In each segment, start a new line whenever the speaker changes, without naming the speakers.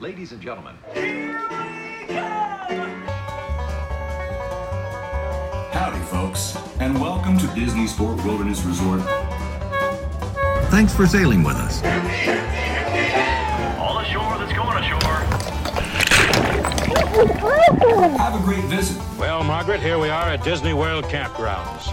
Ladies and gentlemen,
Howdy, folks, and welcome to Disney Sport Wilderness Resort.
Thanks for sailing with us.
All ashore that's going ashore.
Have a great visit.
Well, Margaret, here we are at Disney World Campgrounds.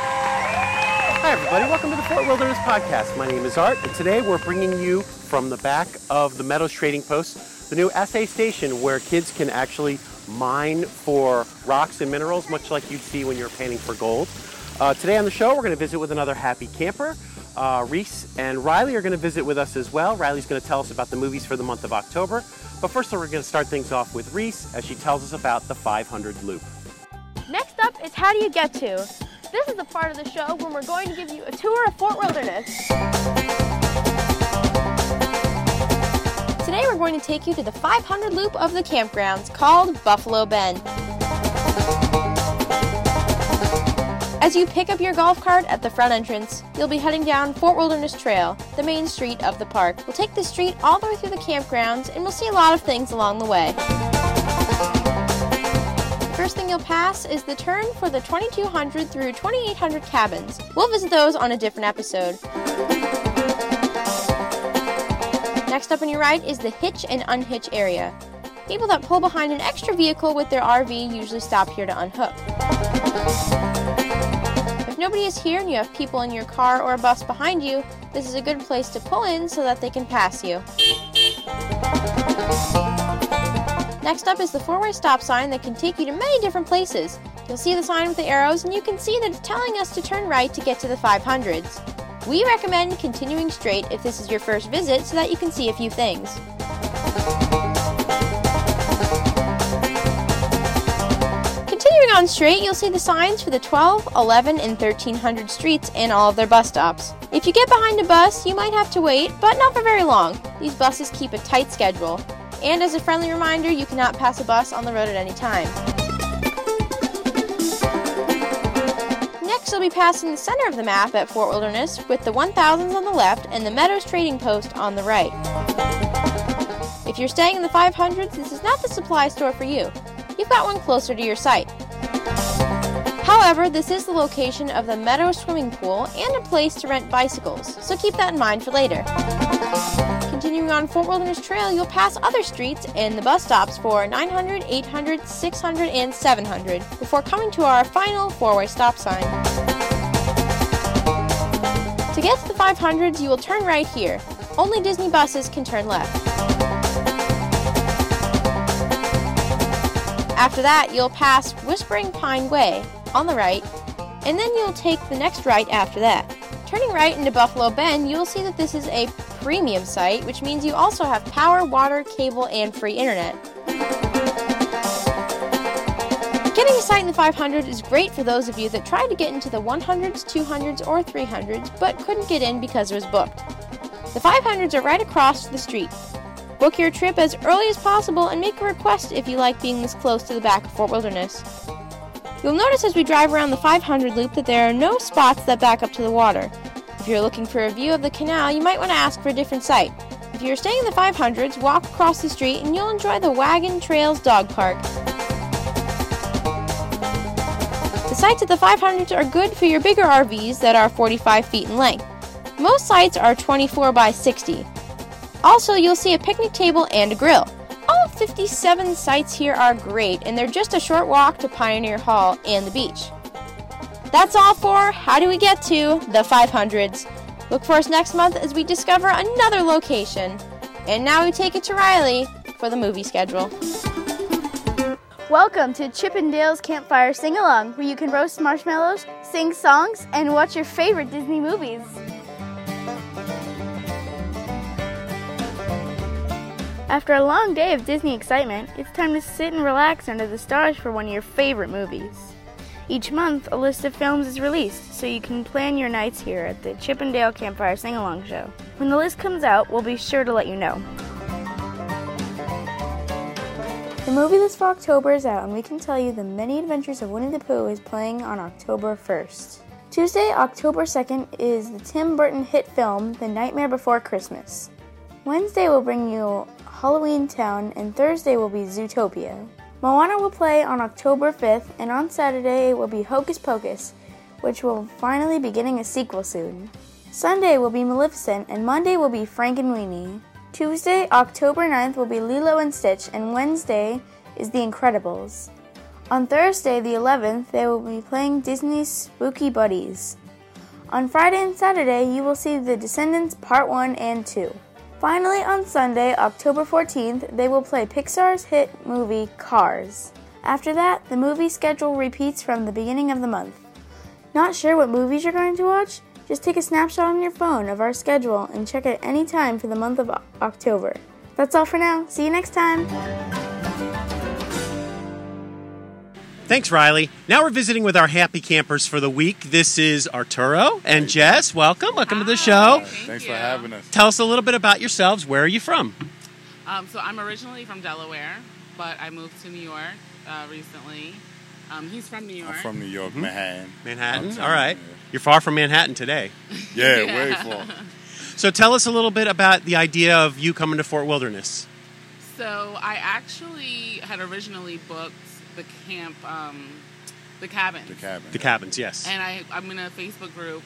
Hi, everybody. Welcome to the Fort Wilderness Podcast. My name is Art, and today we're bringing you from the back of the Meadows Trading Post, the new assay station where kids can actually mine for rocks and minerals, much like you'd see when you're panning for gold. Uh, today on the show, we're going to visit with another happy camper. Uh, Reese and Riley are going to visit with us as well. Riley's going to tell us about the movies for the month of October. But first, we're going to start things off with Reese as she tells us about the 500 loop.
Next up is How Do You Get To? This is the part of the show when we're going to give you a tour of Fort Wilderness. Today we're going to take you to the 500 loop of the campgrounds called Buffalo Bend. As you pick up your golf cart at the front entrance, you'll be heading down Fort Wilderness Trail, the main street of the park. We'll take the street all the way through the campgrounds and we'll see a lot of things along the way. First thing you'll pass is the turn for the 2200 through 2800 cabins. We'll visit those on a different episode. Next up on your ride is the hitch and unhitch area. People that pull behind an extra vehicle with their RV usually stop here to unhook. If nobody is here and you have people in your car or a bus behind you, this is a good place to pull in so that they can pass you. Next up is the four-way stop sign that can take you to many different places. You'll see the sign with the arrows and you can see that it's telling us to turn right to get to the 500s. We recommend continuing straight if this is your first visit so that you can see a few things. Continuing on straight, you'll see the signs for the 12, 11, and 1300 streets and all of their bus stops. If you get behind a bus, you might have to wait, but not for very long. These buses keep a tight schedule. And as a friendly reminder, you cannot pass a bus on the road at any time. Next, you'll be passing the center of the map at Fort Wilderness with the 1000s on the left and the Meadows Trading Post on the right. If you're staying in the 500s, this is not the supply store for you. You've got one closer to your site. However, this is the location of the Meadow Swimming Pool and a place to rent bicycles, so keep that in mind for later. Continuing on Fort Wilderness Trail, you'll pass other streets and the bus stops for 900, 800, 600, and 700 before coming to our final four way stop sign. To get to the 500s, you will turn right here. Only Disney buses can turn left. After that, you'll pass Whispering Pine Way on the right, and then you'll take the next right after that. Turning right into Buffalo Bend, you will see that this is a premium site, which means you also have power, water, cable, and free internet. Getting a site in the 500 is great for those of you that tried to get into the 100s, 200s, or 300s but couldn't get in because it was booked. The 500s are right across the street. Book your trip as early as possible and make a request if you like being this close to the back of Fort Wilderness. You'll notice as we drive around the 500 loop that there are no spots that back up to the water. If you're looking for a view of the canal, you might want to ask for a different site. If you're staying in the 500s, walk across the street and you'll enjoy the Wagon Trails Dog Park. The sites at the 500s are good for your bigger RVs that are 45 feet in length. Most sites are 24 by 60. Also, you'll see a picnic table and a grill. All 57 sites here are great, and they're just a short walk to Pioneer Hall and the beach. That's all for How Do We Get to the 500s. Look for us next month as we discover another location. And now we take it to Riley for the movie schedule.
Welcome to Chippendale's Campfire Sing Along, where you can roast marshmallows, sing songs, and watch your favorite Disney movies. After a long day of Disney excitement, it's time to sit and relax under the stars for one of your favorite movies. Each month, a list of films is released, so you can plan your nights here at the Chippendale Campfire Sing Along Show. When the list comes out, we'll be sure to let you know. The movie list for October is out, and we can tell you the many adventures of Winnie the Pooh is playing on October 1st. Tuesday, October 2nd, is the Tim Burton hit film The Nightmare Before Christmas. Wednesday will bring you Halloween Town, and Thursday will be Zootopia. Moana will play on October 5th, and on Saturday will be Hocus Pocus, which will finally be getting a sequel soon. Sunday will be Maleficent, and Monday will be Frank and Weenie. Tuesday, October 9th, will be Lilo and Stitch, and Wednesday is The Incredibles. On Thursday, the 11th, they will be playing Disney's Spooky Buddies. On Friday and Saturday, you will see The Descendants Part 1 and 2. Finally, on Sunday, October 14th, they will play Pixar's hit movie Cars. After that, the movie schedule repeats from the beginning of the month. Not sure what movies you're going to watch? Just take a snapshot on your phone of our schedule and check it any time for the month of O- October. That's all for now. See you next time.
Thanks, Riley. Now we're visiting with our happy campers for the week. This is Arturo and Jess. Welcome. Welcome to the show.
Thanks for having us.
Tell us a little bit about yourselves. Where are you from?
Um, so I'm originally from Delaware, but I moved to New York uh, recently. Um, he's from New York.
I'm from New York, Manhattan.
Manhattan.
I'm
All right. You're far from Manhattan today.
Yeah, way far.
So tell us a little bit about the idea of you coming to Fort Wilderness.
So I actually had originally booked the camp, um, the cabin.
The cabin.
The cabins, yes.
And I, I'm in a Facebook group,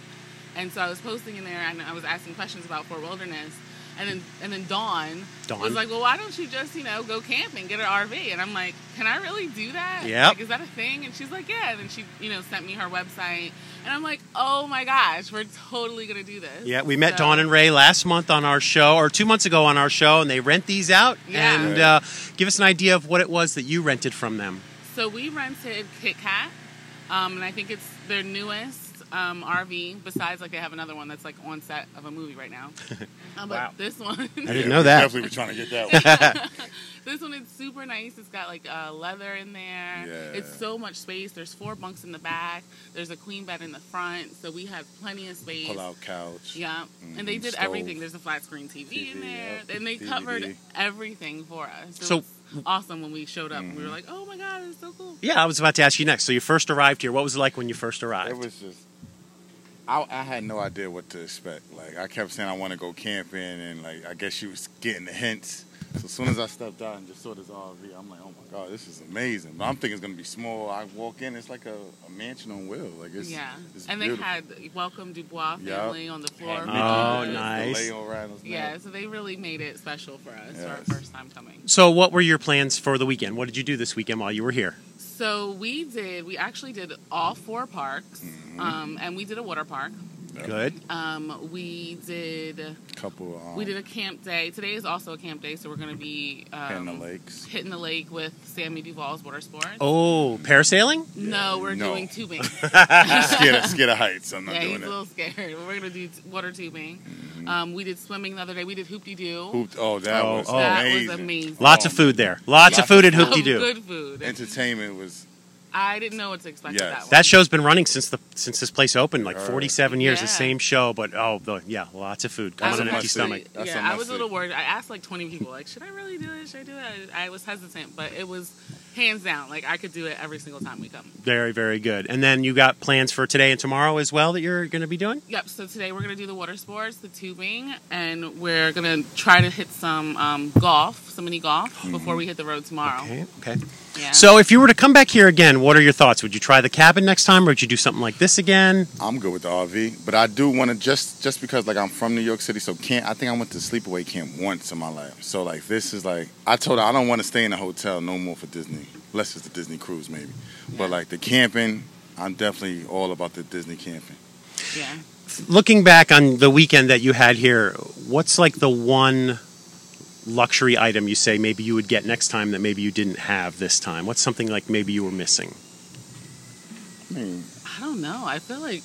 and so I was posting in there, and I was asking questions about Fort Wilderness, and then and then Dawn,
Dawn.
was like, "Well, why don't you just you know go camping, get an RV?" And I'm like, "Can I really do that?
Yep.
Like, is that a thing?" And she's like, "Yeah." And then she you know sent me her website, and I'm like, "Oh my gosh, we're totally gonna do this."
Yeah, we met
So-
Dawn and Ray last month on our show, or two months ago on our show, and they rent these out.
Yeah.
And
Right.
uh, give us an idea of what it was that you rented from them.
So we rented Kit Kat, um, and I think it's their newest um, RV. Besides, like they have another one that's like on set of a movie right now. Um, but
Wow.
this one,
I didn't
Yeah,
know
we
that.
Definitely, were trying to get that one.
this one is super nice. It's got like uh, leather in there.
Yeah.
It's so much space. There's four bunks in the back. There's a queen bed in the front. So we had plenty of space.
Pull out couch.
Yeah, and they
Mhm,
did
stove.
everything. There's a flat screen TV, in
TV,
there,
yep,
and they
DVD.
covered everything for us. It
So-
was awesome when we showed up.
Mm-hmm.
We were like, "Oh my god, it's so cool!"
Yeah, I was about to ask you next. So you first arrived here. What was it like when you first arrived?
It was just. I, I had no idea what to expect. Like I kept saying I want to go camping, and like I guess she was getting the hints. So as soon as I stepped out and just saw this RV, I'm like, oh my god, this is amazing. But I'm thinking it's gonna be small. I walk in, it's like a, a mansion on wheels. Like it's
yeah,
it's
and
beautiful.
they had welcome Dubois
Yep.
family on the floor.
Had
for
Mickey
Oh,
us.
Mouse,
nice.
the Lego Rhinos,
Yeah, so they really made it special for us for our
Yes.
first time coming.
so what were your plans for the weekend? What did you do this weekend while you were here?
So we did. We actually did all four parks,
Mm-hmm.
um, and we did a water park.
Good.
Um, we did.
couple. Um,
We did a camp day. Today is also a camp day, so we're going to be um,
in the lakes.
hitting the lake with Sammy Duvall's water sports.
Oh, parasailing?
no, we're
No.
doing tubing.
scared of, scared of heights. I'm not
yeah, he's
doing
a
it. Mm-hmm.
little scared. But We're going to do t- water tubing. Um, we did swimming the other day. We did hoop de doo.
Hooped- oh, that
Oh,
was
oh.
That
amazing.
was amazing.
Lots of
Oh,
food there. Lots of
Lots
food at
of food.
Hoopty Doo.
Oh, Good food.
Entertainment was
I didn't know what to expect with
Yes.
that one.
That show's been running since the since this place opened, like
All right.
47 years. The
Yeah.
same show, but oh, the, yeah, lots of food. Come
I
on an
was
empty
must-see.
stomach.
actually-
That's a
yeah, I was a
must-see.
little worried. I asked like 20 people, like, should I really do this? Should I do that? I was hesitant, but it was hands down. Like, I could do it every single time we come.
Very, very good. And then you got plans for today and tomorrow as well that you're going to be doing?
Yep, so today we're going to do the water sports, the tubing, and we're going to try to hit some um, golf, some mini golf, before we hit the road tomorrow.
Okay. okay.
Yeah.
So if you were to come back here again, what are your thoughts? Would you try the cabin next time or would you do something like this again?
I'm good with the RV, but I do want to just just because like I'm from New York City, so camp. I think I went to sleepaway camp once in my life. So like this is like I told her I don't want to stay in a hotel no more for Disney, unless it's the Disney cruise maybe. But like the camping, I'm definitely all about the Disney camping.
yeah.
Looking back on the weekend that you had here, what's like the one luxury item you say maybe you would get next time that maybe you didn't have this time? What's something like maybe you were missing?
I mean,
I don't know. I feel like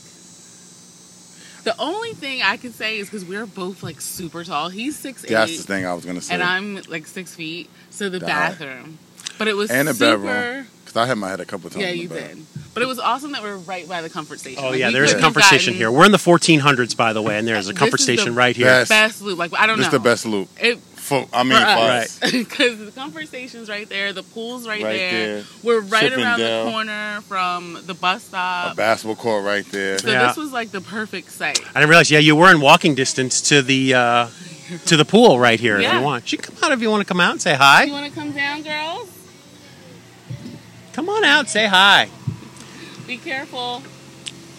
the only thing I can say is because we're both like super tall. He's six
that's
eight,
the thing I was gonna say.
and I'm like six feet. So the
The height.
bathroom, but it was
and a
super.
bedroom because I had my head a couple times.
Yeah,
in the
you
bedroom.
did. But it was awesome that we're right by the comfort station.
Oh,
Like,
yeah,
we
there is a
couldn't have
comfort station
gotten
here. We're in the 1400s, by the way, and there's a
This
comfort
is the
station right here.
best.
Best loop. Like I don't
This
know.
the best loop.
It
For I mean, for us.
Because the comfort station's right there, the pool's right,
Right
there.
there.
We're right around
Chippendale.
the corner from the bus
a
stop.
basketball court right there.
So
Yeah.
this was like the perfect site.
I didn't realize. Yeah, you were in walking distance to the uh, to the pool right here. If
Yeah.
you want, you can come out if you want to come out and say
You
hi.
want to come down, girls?
Come on out, say hi.
Be careful.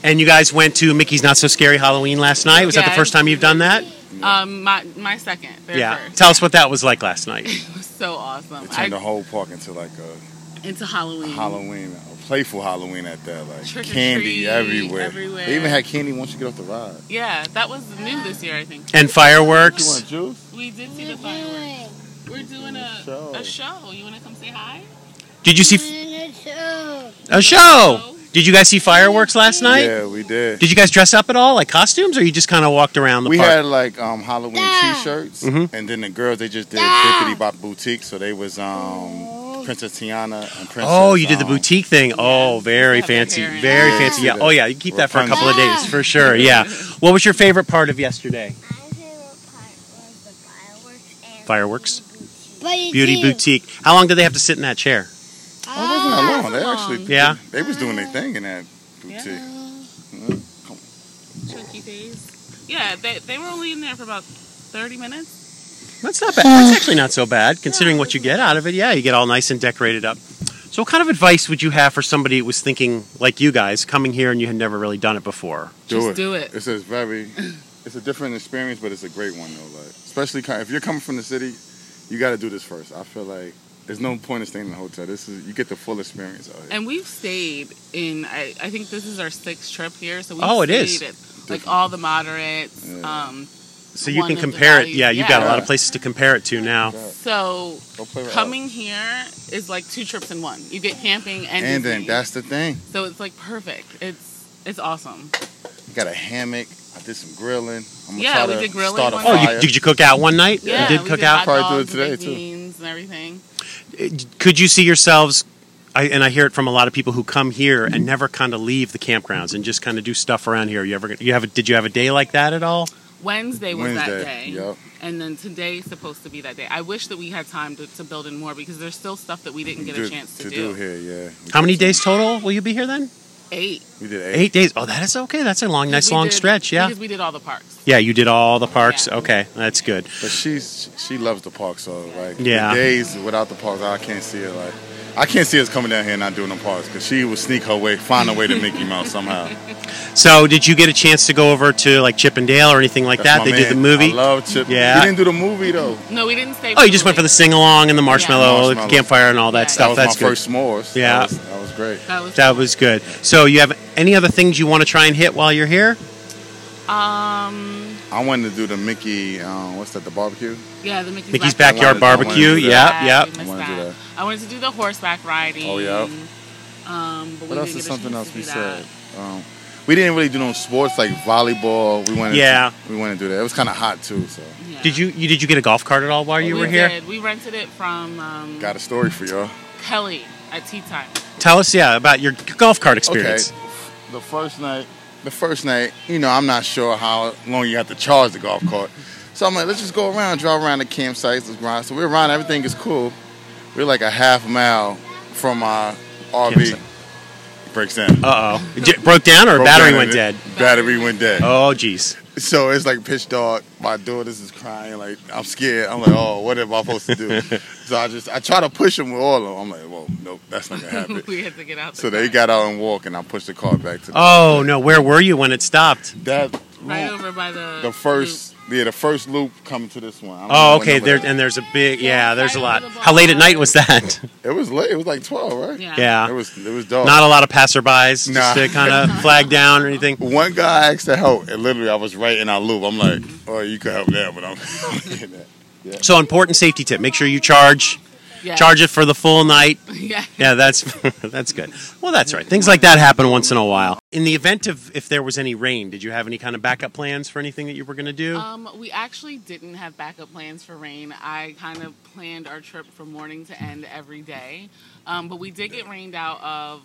And you guys went to Mickey's Not So Scary Halloween last night. Was that the
Yes.
first time you've done that?
Um, my my second. Their
yeah.
First.
Tell us what that was like last night.
It was so awesome.
It
I,
turned the whole park into like a
into Halloween.
Halloween, a playful Halloween at that. Like
Trick or
candy
treat
everywhere.
everywhere.
They even had candy once you get off the ride.
Yeah, that was new this year, I think.
And
You want
fireworks.
juice?
We did see the fireworks. We're doing a,
Show.
a show. You want to come say hi?
Did you see a show? Did you guys see fireworks last night?
Yeah, we did.
Did you guys dress up at all, like costumes, or you just kind of walked around the
we
park?
had like um, Halloween T-shirts,
Mhm.
and then the girls they just did Bippity Bop Boutique, so they was um, Princess Tiana and Princess.
oh, you did the
um,
boutique thing. Oh, very
Have their
fancy,
hair in
very
it.
fancy.
Yeah.
Yeah. Oh, yeah. You keep
Or
that for a
punch.
couple of days for sure. Yeah. What was your favorite part of yesterday? Fireworks. Beauty boutique. How long did they have to sit in that chair?
Oh, it wasn't that long. They actually,
Yeah.
they was doing their thing in that boutique.
Tricky days. Yeah, they, they were only in there for about 30 minutes.
That's not bad. That's actually not so bad considering what you get out of it. Yeah, you get all nice and decorated up. So, what kind of advice would you have for somebody who was thinking like you guys coming here and you had never really done it before?
Just do it.
It's a very, it's a different experience, but it's a great one though. Like, especially kind- if you're coming from the city, you got to do this first. I feel like there's no point in staying in a hotel. This is you get the full experience. Out here.
And we've stayed in, I, I think this is our sixth trip here. So we've
Oh, it
stayed
is.
At, like all the moderates.
Yeah.
Um,
So you
One
can
of the
compare it.
values,
Yeah, you've
yeah.
got a lot of places to compare it to now.
Oh,
so
Go play with
coming here is like two trips in one. You get camping
Alex.
and,
and then
Disney.
that's the thing.
so it's like perfect. It's it's awesome.
You got a hammock. I did some grilling. I'm gonna
Yeah,
try
we
to
did grilling
Start a
one
Oh,
fire.
you, did you cook out one night?
Yeah,
you did
we
cook
did
out.
hot
Probably do
dogs,
it today,
baked
too.
beans and everything.
could you see yourselves I, and i hear it from a lot of people who come here and
Mm-hmm.
never kind of leave the campgrounds and just kind of do stuff around here you ever you have a, did you have a day like that at all
Wednesday was that
Wednesday,
day.
yep.
And then today's supposed to be that day. I wish that we had time to, to build in more because there's still stuff that we didn't get a
Good
chance to,
to
do.
here. Yeah. We
how
did
many
some-
days total will you be here then
Eight.
We did eight.
eight days oh that is okay that's a long nice
We
long
did-
stretch yeah
Because we did all the parks.
yeah you did all the parks
Yeah.
okay that's good
But she's she loves the park, so like the
Yeah.
days without the park, I can't see it. Like I can't see us coming down here and not doing the parks because she would sneak her way, find a way to Mickey Mouse somehow.
so did you get a chance to go over to like chippendale or anything like
That's my
that they did the
man.
movie
I love Chip.
Yeah.
we didn't do the movie though.
No, we didn't stay.
oh you just went for the sing-along and the marshmallow,
Marshmallows.
campfire and all that
Yeah,
That
stuff
was
that's
my
good
first s'mores.
Yeah.
that was, that was great.
That was,
that was good so you have any other things you want to try and hit while you're here
um,
I wanted to do the Mickey. Um, what's that? The barbecue.
yeah, the Mickey's,
Mickey's
Backyard
Backyard Barbecue.
Barbecue.
Yep,
Yeah, we
yep.
missed
Wanna do
that.
that.
I wanted to do the horseback riding.
Oh, yeah.
Um, but we
What
didn't
else
get
is
a
something
chance
else
to
we
do
said?
that.
Um, we didn't really do no sports like volleyball. We wanted.
Yeah.
To, we wanted to do that. It was kind of hot too, so
Yeah.
Did you, you did you get a golf cart at all while you
we
were here?
Did. We rented it from um,
got a story for y'all.
Kelly at tea time.
Tell us, yeah, about your golf cart experience.
Okay. The first night, the first night, you know, I'm not sure how long you have to charge the golf cart. So I'm like, let's just go around, drive around the campsites, let's grind. So we're around, everything is cool. We're like a half mile from our RV.
Campsite.
Breaks down.
Uh oh, it broke down or
Broke
battery
down
went
and
dead.
it- Battery went dead.
Oh geez,
So it's like pitch dark. My daughters is crying. Like I'm scared. I'm like, oh, what am I supposed to do? so I just I try to push them with all of them. I'm like, whoa, nope, that's not gonna happen.
we had to get out. the
so they
car.
got out and walked, and I pushed the car back to the
oh no, where were you when it stopped?
that
right
loop,
over by the
the first yeah the first loop coming to this one. I don't know
Oh
what
okay,
number
there
that-
and there's a big yeah, there's a lot.
right over the
How late at
bar.
night was that?
it was late. It was like twelve, right?
Yeah.
It
Yeah,
was it was dark.
not a lot of passerbys
Nah.
just to kind of flag down or anything.
one guy asked to help, and literally I was right in our loop. I'm like, oh, you could help now, but I'm not getting that.
So important safety tip: make sure you charge
yeah.
charge it for the full night.
Yeah.
Yeah, that's that's good. Well, that's right. Things like that happen once in a while. In the event of if there was any rain, did you have any kind of backup plans for anything that you were going to do?
Um, we actually didn't have backup plans for rain. I kind of planned our trip from morning to end every day, um, but we did get rained out of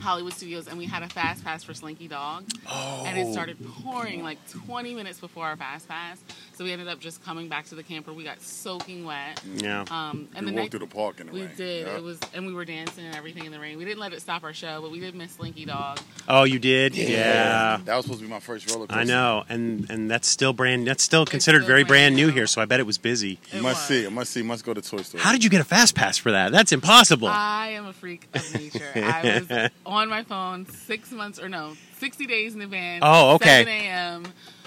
Hollywood Studios, and we had a fast pass for Slinky Dog, oh. and it started pouring like 20 minutes before our fast pass. So we ended up just coming back to the camper. We got soaking wet.
Yeah.
Um, and
we
the
Mm, walked
next,
through the park in the
we
rain.
did.
Yep.
It was, and we were dancing and everything in the rain. We didn't let it stop our show, but we did miss Slinky Dog.
Oh, you did? Yeah.
That was supposed to be my first roller coaster.
I know, and and that's still brand. That's still considered
still
very
brand
brand new
new.
here. So I bet it was busy.
It
must
was.
see. I must see. Must go to Toy Story.
How did you get a fast pass for that? That's impossible.
I am a freak of nature. I was on my phone six months or no, sixty days in advance.
Oh, okay.
Seven a.m.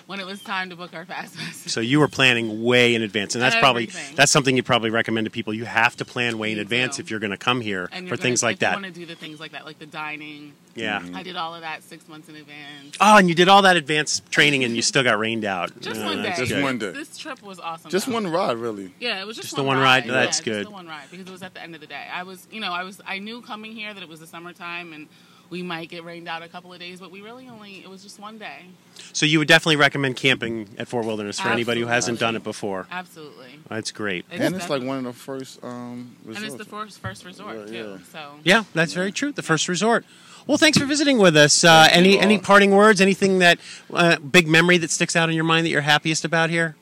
when it was time to book our fast pass.
so you were planning way in advance, and that's probably
Everything.
that's something you probably recommend to people. You have to plan way in
You
advance
do.
if you're going to come here
And
for
you're gonna-
things like
if you
that.
want to do the things like that, like the dining.
yeah.
I did all of that six months in advance.
Oh, and you did all that advanced training, and you still got rained out.
Just
Yeah,
one day.
that's
Just
good.
one day.
This trip was awesome.
Just
though.
one ride, really.
Yeah, it was just,
Just the one ride,
Yeah,
that's
just
good.
the one ride because it was at the end of the day. I was, you know, I was, I knew coming here that it was the summertime and we might get rained out a couple of days, but we really only it was just one day.
So you would definitely recommend camping at Fort Wilderness for anybody who hasn't
Absolutely.
done it before.
Absolutely.
That's great.
And it's
def-
like one of the first um,
and it's the
resorts.
first first resort
Yeah,
too.
yeah.
So
Yeah, that's very true. The first resort. Well, thanks for visiting with us. Uh, any any parting words? Anything that uh, big memory that sticks out in your mind that you're happiest about here?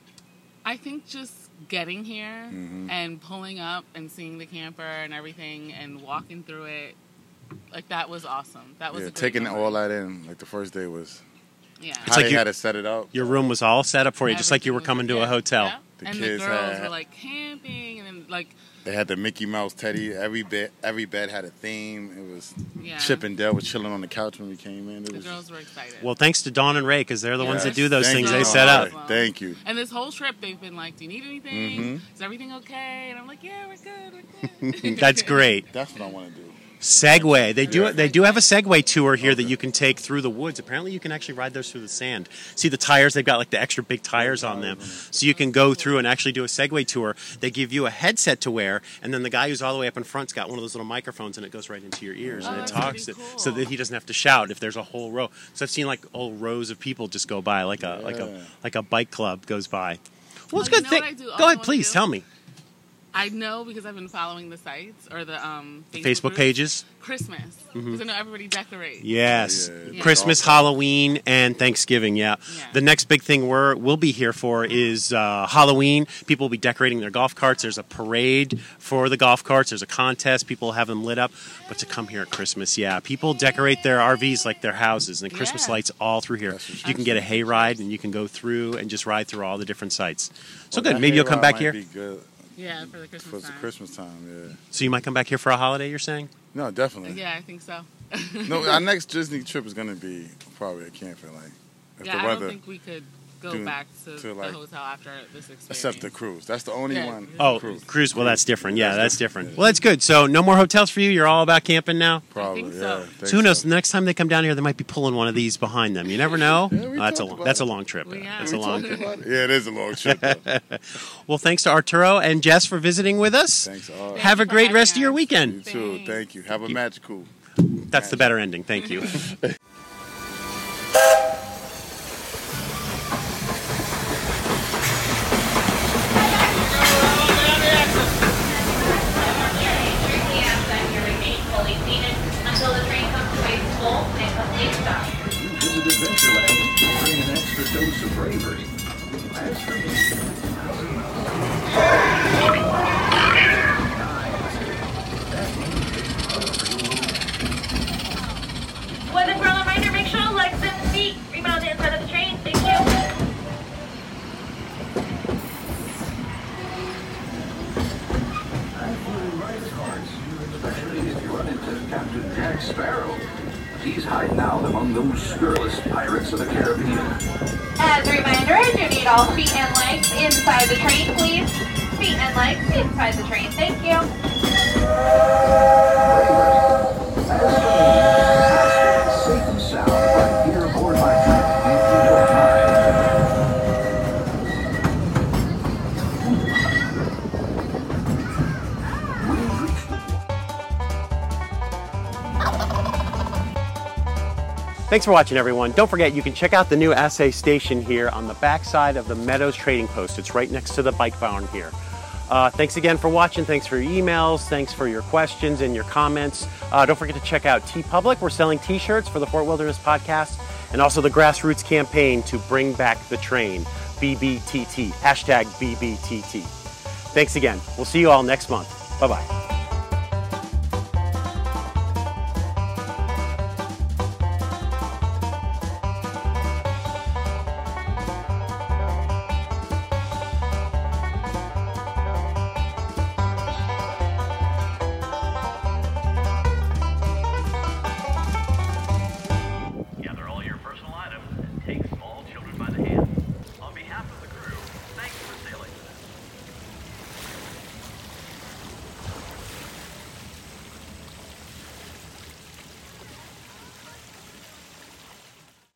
I think just getting here
Mm-hmm.
and pulling up and seeing the camper and everything and walking through it, like that was awesome. That was
Yeah,
a great
taking
memory.
all that in. Like the first day was
Yeah.
how
like
they
you-
had to set it up.
Your room was all set up for you, just like you were coming to a
Yeah,
hotel.
yeah.
The
and
kids
the girls
had-
were like camping and then like
They had the Mickey Mouse teddy. Every bed, every bed had a theme. It was
yeah.
Chip and Dale was chilling on the couch when we came in. It
The
was
girls were excited.
Well, thanks to Dawn and Ray because they're the ones that
Yes.
do those
Thank
things.
you,
They
Dawn
set
and
up.
Ray. Thank you.
And this whole trip, they've been like, "Do you need anything?
Mm-hmm.
Is everything okay?" And I'm like, "Yeah, we're good. We're good."
That's great.
That's what I want to do.
Segway. They do. They do have a Segway tour here that you can take through the woods. Apparently, you can actually ride those through the sand. See the tires. They've got like the extra big tires on them, so you can go through and actually do a Segway tour. They give you a headset to wear, and then the guy who's all the way up in front's got one of those little microphones, and it goes right into your ears and
Oh,
it
that's
talks,
pretty
it- so
cool.
that he doesn't have to shout if there's a whole row. So I've seen like whole rows of people just go by, like a like
Yeah.
a like a bike club goes by. Well, it's
Oh,
good
you know
thing.
what I do also
Go ahead,
wanna
please
do?
tell me.
I know because I've been following the sites or the um, Facebook,
Facebook
groups.
pages. Mm-hmm.
Christmas because I know everybody decorates.
Yes.
Yeah,
Yeah.
Christmas, Halloween, and Thanksgiving. Yeah.
Yeah.
The next big thing we're we'll be here for is uh, Halloween. People will be decorating their golf carts. There's a parade for the golf carts. There's a contest. People have them lit up. But to come here at Christmas, yeah, people decorate their RVs like their houses, and the Christmas
Yeah.
lights all through here. You can get a hay ride, and you can go through and just ride through all the different sites. So
Well,
good.
that
Maybe you'll
hayride
come back
might
here.
Be good
Yeah, for the Christmas
for the
time.
Christmas time. Yeah.
So you might come back here for a holiday. You're saying?
No, definitely.
Yeah, I think so.
No, our next Disney trip is gonna be probably a camping. Like if
yeah,
the
I
weather,
don't think we could go
do-
back to,
to,
the
like-
hotel after this experience.
except the cruise. That's the only
Yeah.
one.
Oh,
cruise.
cruise. Well, that's different. Yeah, that's
That's
different. Well, that's good. So no more hotels for you. You're all about camping now.
Probably.
think
yeah, uh,
so.
think
So who knows?
so.
The next time they come down here, they might be pulling one of these behind them. You never know.
Yeah, we
Uh, that's a
talked
long,
about
that's a
it.
long trip.
We have.
That's a
We
long.
Yeah, it is a long trip. though.
Well, thanks to Arturo and Jess for visiting with us.
Thanks. All right.
Have a
Thank you for
great rest of
having
your
us.
You
weekend.
too. Thank you. Have a magical.
That's the better ending. Thank you.
until the train comes to a full and complete stop.
Visit Adventureland. Bring an extra dose of bravery. That's for me.
One umbrella reminder, make sure all legs and feet rebound the inside of the train. Thank you.
I flew rice cards, especially if you run into Captain Jack Sparrow. He's hiding out among those scurrilous pirates of the Caribbean.
As a reminder, I do need all feet and legs inside the train, please. Feet and legs inside the train. Thank you.
Safe and sound right here aboard my train. If you don't mind.
Thanks for watching, everyone. Don't forget, you can check out the new assay station here on the backside of the Meadows Trading Post. It's right next to the bike barn here. Uh, thanks again for watching. Thanks for your emails. Thanks for your questions and your comments. Uh, don't forget to check out T Public. We're selling t shirts for the Fort Wilderness podcast and also the grassroots campaign to bring back the train. BBTT. Hashtag BBTT. Thanks again. We'll see you all next month. Bye bye.